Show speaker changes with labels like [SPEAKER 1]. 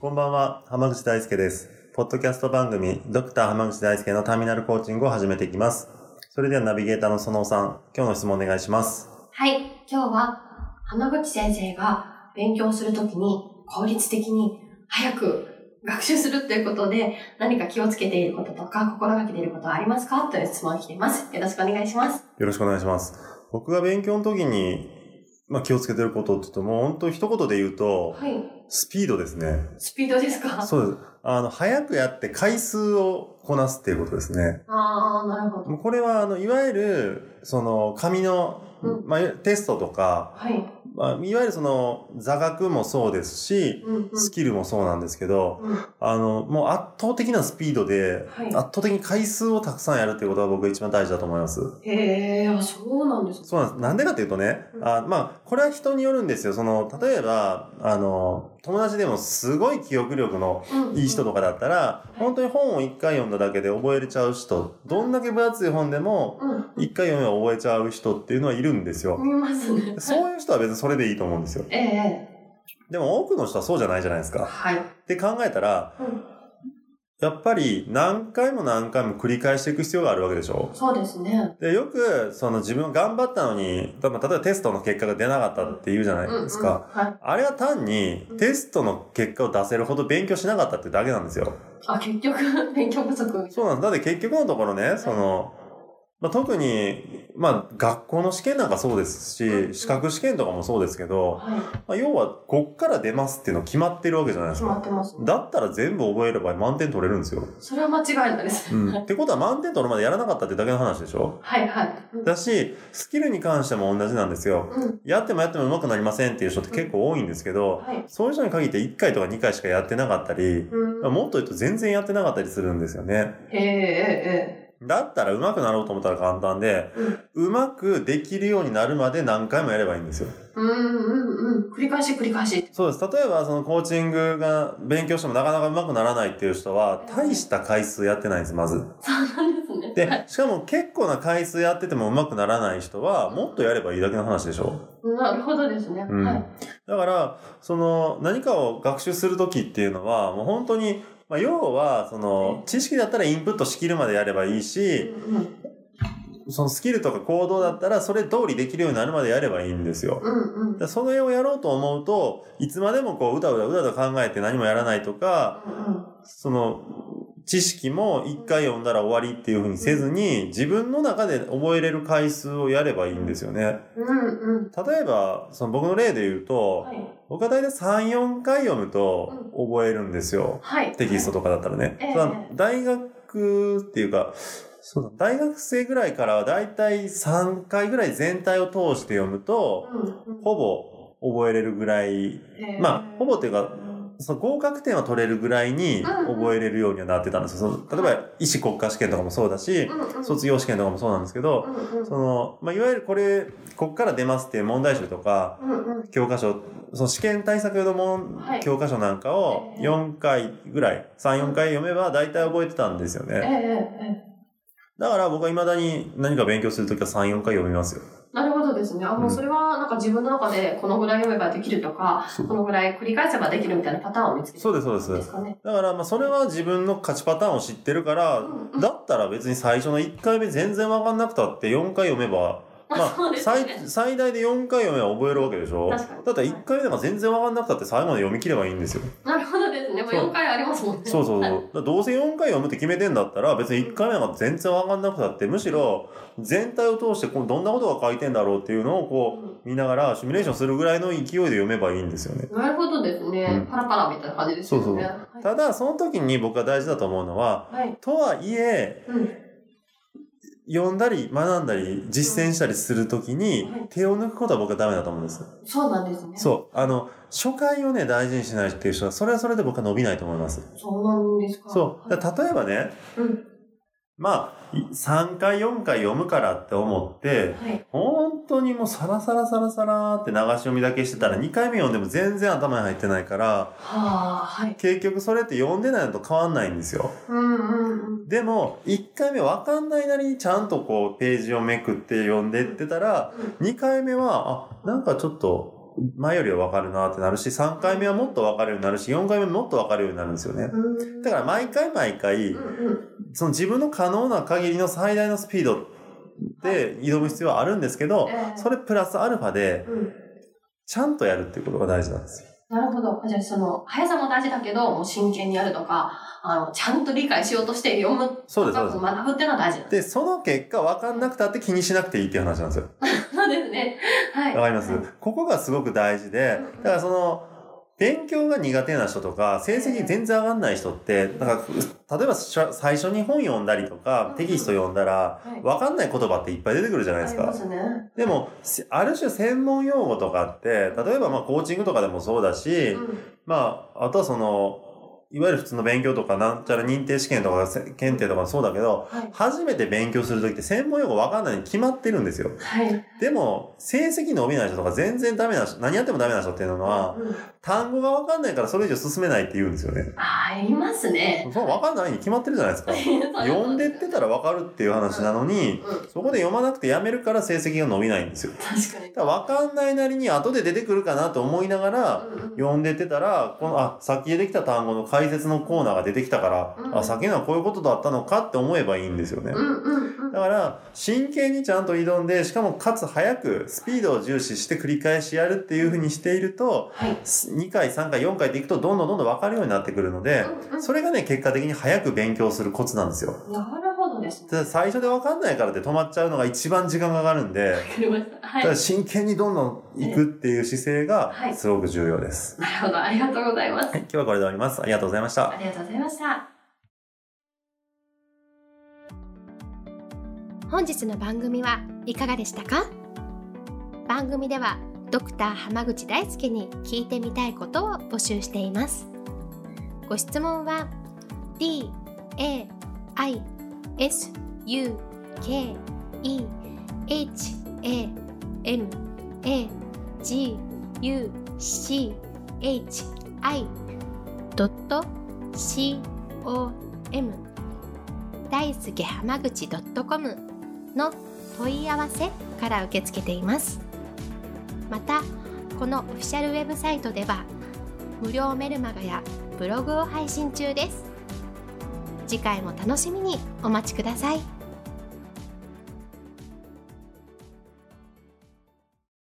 [SPEAKER 1] こんばんは、浜口大輔です。ポッドキャスト番組、ドクター浜口大輔のターミナルコーチングを始めていきます。それではナビゲーターのそのおさん、今日の質問お願いします。
[SPEAKER 2] はい今日は浜口先生が勉強するときに効率的に早く学習するということで何か気をつけていることとか心がけていることはありますかという質問が来ていますよろしくお願いします
[SPEAKER 1] よろしくお願いします。僕が勉強の時に、まあ、気をつけてることって言うと、もう本当一言で言うと、
[SPEAKER 2] い
[SPEAKER 1] スピードですね。
[SPEAKER 2] スピードですか
[SPEAKER 1] そうです。あの、早くやって回数をこなすっていうことですね。
[SPEAKER 2] ああなるほど
[SPEAKER 1] もうこれは、あの、いわゆる、その、紙の
[SPEAKER 2] う、
[SPEAKER 1] まあ、テストとか、
[SPEAKER 2] はい
[SPEAKER 1] まあ、いわゆるその、座学もそうですし、
[SPEAKER 2] うんうん
[SPEAKER 1] スキルもそうなんですけど、
[SPEAKER 2] うん
[SPEAKER 1] あの、もう圧倒的なスピードで、
[SPEAKER 2] はい
[SPEAKER 1] 圧倒的に回数をたくさんやるっていうことが僕が一番大事だと思います。
[SPEAKER 2] へえあそうなんです
[SPEAKER 1] そうなんです。なんでかっていうとね、
[SPEAKER 2] うん
[SPEAKER 1] あまあ、これは人によるんですよ。その、例えば、あの、友達でもすごい記憶力の
[SPEAKER 2] うん
[SPEAKER 1] いい人とかだったら、
[SPEAKER 2] うん
[SPEAKER 1] 本当に本を一回読んだだけで覚えれちゃう人、どんだけ分厚い本でも、
[SPEAKER 2] うん
[SPEAKER 1] 一回読めば覚えちゃう人っていうのはいるんですよ。
[SPEAKER 2] 見ますね
[SPEAKER 1] そういう人は別にそれでいいと思うんですよ。
[SPEAKER 2] ええ
[SPEAKER 1] でも多くの人はそうじゃないじゃないですか。
[SPEAKER 2] はい、
[SPEAKER 1] って考えたら、
[SPEAKER 2] うん、
[SPEAKER 1] やっぱり何回も何回も繰り返していく必要があるわけでしょ
[SPEAKER 2] そうですね
[SPEAKER 1] で、よく、その自分が頑張ったのに、例えば例えばテストの結果が出なかったって言うじゃないですか。
[SPEAKER 2] うんうん、はい
[SPEAKER 1] あれは単に
[SPEAKER 2] うん
[SPEAKER 1] テストの結果を出せるほど勉強しなかったってだけなんですよ。
[SPEAKER 2] あ結局勉強不足
[SPEAKER 1] そうなんです。だって結局のところね、その、まあ、特に、まあ、学校の試験なんかそうです
[SPEAKER 2] うん
[SPEAKER 1] し、資格試験とかもそうですけど、
[SPEAKER 2] はい
[SPEAKER 1] まあ、要は、こっから出ますっていうの決まってるわけじゃないです
[SPEAKER 2] 決
[SPEAKER 1] か。
[SPEAKER 2] まってますね
[SPEAKER 1] だったら全部覚えれば満点取れるんですよ。
[SPEAKER 2] それは間違いないです
[SPEAKER 1] う
[SPEAKER 2] ね、
[SPEAKER 1] ん、ってことは満点取るまでやらなかったってだけの話でしょ
[SPEAKER 2] はいはいうん
[SPEAKER 1] だし、スキルに関しても同じなんですよ。
[SPEAKER 2] うん
[SPEAKER 1] やってもやっても上手くなりませんっていう人って結構多いんですけど、
[SPEAKER 2] はい
[SPEAKER 1] そういう人に限って1回とか2回しかやってなかったり、
[SPEAKER 2] うん
[SPEAKER 1] もっと言うと全然やってなかったりするんですよね。
[SPEAKER 2] えええ
[SPEAKER 1] だったら上手くなろうと思ったら簡単で
[SPEAKER 2] え、ええ
[SPEAKER 1] 上手くできるようになるまで何回もやればいいんですよ。
[SPEAKER 2] うんうんうんうん繰り返し繰り返し
[SPEAKER 1] そうです。例えばそのコーチングが勉強してもなかなか上手くならないっていう人は、大した回数やってないんです、まず。
[SPEAKER 2] そうなんですね
[SPEAKER 1] で、しかも結構な回数やってても上手くならない人は、もっとやればいいだけの話でしょ。
[SPEAKER 2] なるほどですね、
[SPEAKER 1] うん。
[SPEAKER 2] はい
[SPEAKER 1] だから、その、何かを学習するときっていうのは、もう本当に、まあ、要は、その、知識だったらインプットしきるまでやればいいし、
[SPEAKER 2] うんうん
[SPEAKER 1] そのスキルとか行動だったら、それ通りできるようになるまでやればいいんですよ。
[SPEAKER 2] うんうん
[SPEAKER 1] だからその絵をやろうと思うと、いつまでもこう、うだうだうだうだ考えて何もやらないとか、その、知識も一回読んだら終わりっていうふうにせずに、自分の中で覚えれる回数をやればいいんですよね。
[SPEAKER 2] うんうんうん
[SPEAKER 1] 例えば、その僕の例で言うと、
[SPEAKER 2] はい
[SPEAKER 1] 僕は大体3、4回読むと覚えるんですよ。
[SPEAKER 2] はい
[SPEAKER 1] テキストとかだったらね。
[SPEAKER 2] ええ
[SPEAKER 1] その大学っていうか、そうだ大学生ぐらいからは大体3回ぐらい全体を通して読むと、
[SPEAKER 2] うんうん
[SPEAKER 1] ほぼ覚えれるぐらい、
[SPEAKER 2] ええ
[SPEAKER 1] まあ、ほぼというか、その合格点は取れるぐらいに
[SPEAKER 2] うんうん
[SPEAKER 1] 覚えれるようにはなってたんですよ。その例えば、医師国家試験とかもそうだし、
[SPEAKER 2] うんうん
[SPEAKER 1] 卒業試験とかもそうなんですけ
[SPEAKER 2] う
[SPEAKER 1] ど、
[SPEAKER 2] んうん
[SPEAKER 1] その、まあ、いわゆるこれ、こっから出ますっていう問題集とか、
[SPEAKER 2] うんうん
[SPEAKER 1] 教科書、その試験対策用の問、
[SPEAKER 2] はい
[SPEAKER 1] 教科書なんかを
[SPEAKER 2] ええ
[SPEAKER 1] 4回ぐらい、3、4回読めば大体覚えてたんですよ
[SPEAKER 2] ええ
[SPEAKER 1] ね。
[SPEAKER 2] ええ
[SPEAKER 1] だから僕は未だに何か勉強するときは3、4回読みますよ。
[SPEAKER 2] なるほどですね。あ、もうそれはなんか自分の中でこのぐらい読めばできるとか、
[SPEAKER 1] そう
[SPEAKER 2] このぐらい繰り返せばできるみたいなパターンを見つけて
[SPEAKER 1] そうです、そうで。
[SPEAKER 2] るんですすかね。
[SPEAKER 1] だから、まあ、それは自分の勝ちパターンを知ってるから、
[SPEAKER 2] うんうん
[SPEAKER 1] だったら別に最初の1回目全然わかんなくたって4回読めば、まあ
[SPEAKER 2] そう、ですね
[SPEAKER 1] 最最大で4回読めば覚えるわけでしょ
[SPEAKER 2] 確かに
[SPEAKER 1] だったら1回目なんか全然わかんなくたって最後まで読み切ればいいんですよ。
[SPEAKER 2] なるほどですね。もう
[SPEAKER 1] そう
[SPEAKER 2] 4回ありますもんね。
[SPEAKER 1] そうそうそう。だからどうせ4回読むって決めてんだったら、別に1回目なんか全然わかんなくたって、むしろ全体を通してこうどんなことが書いてんだろうっていうのをこう見ながらシミュレーションするぐらいの勢いで読めばいいんですよね。
[SPEAKER 2] うんなるほどですね、
[SPEAKER 1] うん
[SPEAKER 2] パラパラみたいな感じですよね。
[SPEAKER 1] そうそうただ、その時に僕が大事だと思うのは、
[SPEAKER 2] はい。はい。
[SPEAKER 1] とはいえ、
[SPEAKER 2] うん。
[SPEAKER 1] 読んだり学んだり実践したりするときに
[SPEAKER 3] はい
[SPEAKER 1] 手を抜くことは僕はダメだと思うんです。
[SPEAKER 3] そうなんですね。
[SPEAKER 1] そう。あの、初回をね、大事にしないっていう人は、それはそれで僕は伸びないと思います。
[SPEAKER 3] そうなんですか。
[SPEAKER 1] そう。だから例えばね、
[SPEAKER 3] うん。
[SPEAKER 1] まあ、い3回4回読むからって思って、
[SPEAKER 3] はい。
[SPEAKER 1] 本当にもうサラサラサラサラって流し読みだけしてたら2回目読んでも全然頭に入ってないから、
[SPEAKER 3] はあ、はい。
[SPEAKER 1] 結局それって読んでないのと変わんないんですよ。
[SPEAKER 3] うんうんうん。
[SPEAKER 1] でも、1回目わかんないなりにちゃんとこうページをめくって読んでってたら、2回目は、あ、なんかちょっと前よりはわかるなってなるし、3回目はもっとわかるようになるし、4回目もっとわかるようになるんですよね。
[SPEAKER 3] うん。
[SPEAKER 1] だから毎回毎回
[SPEAKER 3] う、んうん。
[SPEAKER 1] その自分の可能な限りの最大のスピードで挑む必要はあるんですけど、
[SPEAKER 3] ええ
[SPEAKER 1] それプラスアルファで、
[SPEAKER 3] うん。
[SPEAKER 1] ちゃんとやるっていうことが大事なんですよ。
[SPEAKER 3] なるほど。じゃあ、その、速さも大事だけど、もう真剣にやるとか、あの、ちゃんと理解しようとして読む、
[SPEAKER 1] そうです、そうです。
[SPEAKER 3] 学ぶっていうのは大事なんで
[SPEAKER 1] で、その結果、分かんなくたって気にしなくていいっていう話なんですよ。
[SPEAKER 3] す。そうですね。はい。
[SPEAKER 1] わかりますここがすごく大事で、だからその、勉強が苦手な人とか、成績全然上がんない人って、なんか、例えばしゃ最初に本読んだりとか、テキスト読んだら、
[SPEAKER 3] はい。
[SPEAKER 1] 分かんない言葉っていっぱい出てくるじゃないです
[SPEAKER 3] あり
[SPEAKER 1] か
[SPEAKER 3] ま。すね。
[SPEAKER 1] でも、せある種専門用語とかって、例えばまあコーチングとかでもそうだし、
[SPEAKER 3] うん。
[SPEAKER 1] まあ、あとはその、いわゆる普通の勉強とか、なんちゃら認定試験とか、せ検定とかもそうだけど、
[SPEAKER 3] はい。
[SPEAKER 1] 初めて勉強するときって専門用語わかんないに決まってるんですよ。
[SPEAKER 3] はい。
[SPEAKER 1] でも、成績伸びない人とか全然ダメな人、何やってもダメな人っていうのは、
[SPEAKER 3] うん、
[SPEAKER 1] 単語がわかんないからそれ以上進めないって言うんですよね。
[SPEAKER 3] あー、いますね。。
[SPEAKER 1] そうわかんないに決まってるじゃないですか
[SPEAKER 3] 読
[SPEAKER 1] 読んでってたらわかるっていう話なのに、
[SPEAKER 3] うん。
[SPEAKER 1] そこで読まなくてやめるから成績が伸びないんですよ。
[SPEAKER 3] 確かに。
[SPEAKER 1] だからわかんないなりに後で出てくるかなと思いながら、
[SPEAKER 3] うんうん
[SPEAKER 1] 読んでてたら、この、あ、さっき出てきた単語の解説のコーナーが出てきたから、
[SPEAKER 3] うん
[SPEAKER 1] あ、さっきのはこういうことだったのかって思えばいいんですよね。
[SPEAKER 3] うんうんうん。
[SPEAKER 1] だから、真剣にちゃんと挑んで、しかもかつ早く、スピードを重視して繰り返しやるっていうふうにしていると、
[SPEAKER 3] はい。
[SPEAKER 1] 2回、3回、4回っていくと、どんどんどんどん分かるようになってくるので、
[SPEAKER 3] うんうん
[SPEAKER 1] それがね、結果的に早く勉強するコツなんですよ。
[SPEAKER 3] なるほどですね。
[SPEAKER 1] ただ最初で分かんないからって止まっちゃうのが一番時間がかかるんで、
[SPEAKER 3] わかりました。はい
[SPEAKER 1] た。だ真剣にどんどん行くっていう姿勢
[SPEAKER 3] は
[SPEAKER 1] が
[SPEAKER 3] い
[SPEAKER 1] すごく重要です。
[SPEAKER 3] なるほど。ありがとうございます。
[SPEAKER 1] はい、今日はこれで終わります。ありがとうございました
[SPEAKER 3] あ。りがとうございました。
[SPEAKER 2] 本日の番組はいかがでしたか番組ではドクター濱口大輔に聞いてみたいことを募集していますご質問は d a i s u k e h a m a g u c h i c o m 大輔濱口 .com の問い合わせから受け付けていますまたこのオフィシャルウェブサイトでは無料メルマガやブログを配信中です次回も楽しみにお待ちください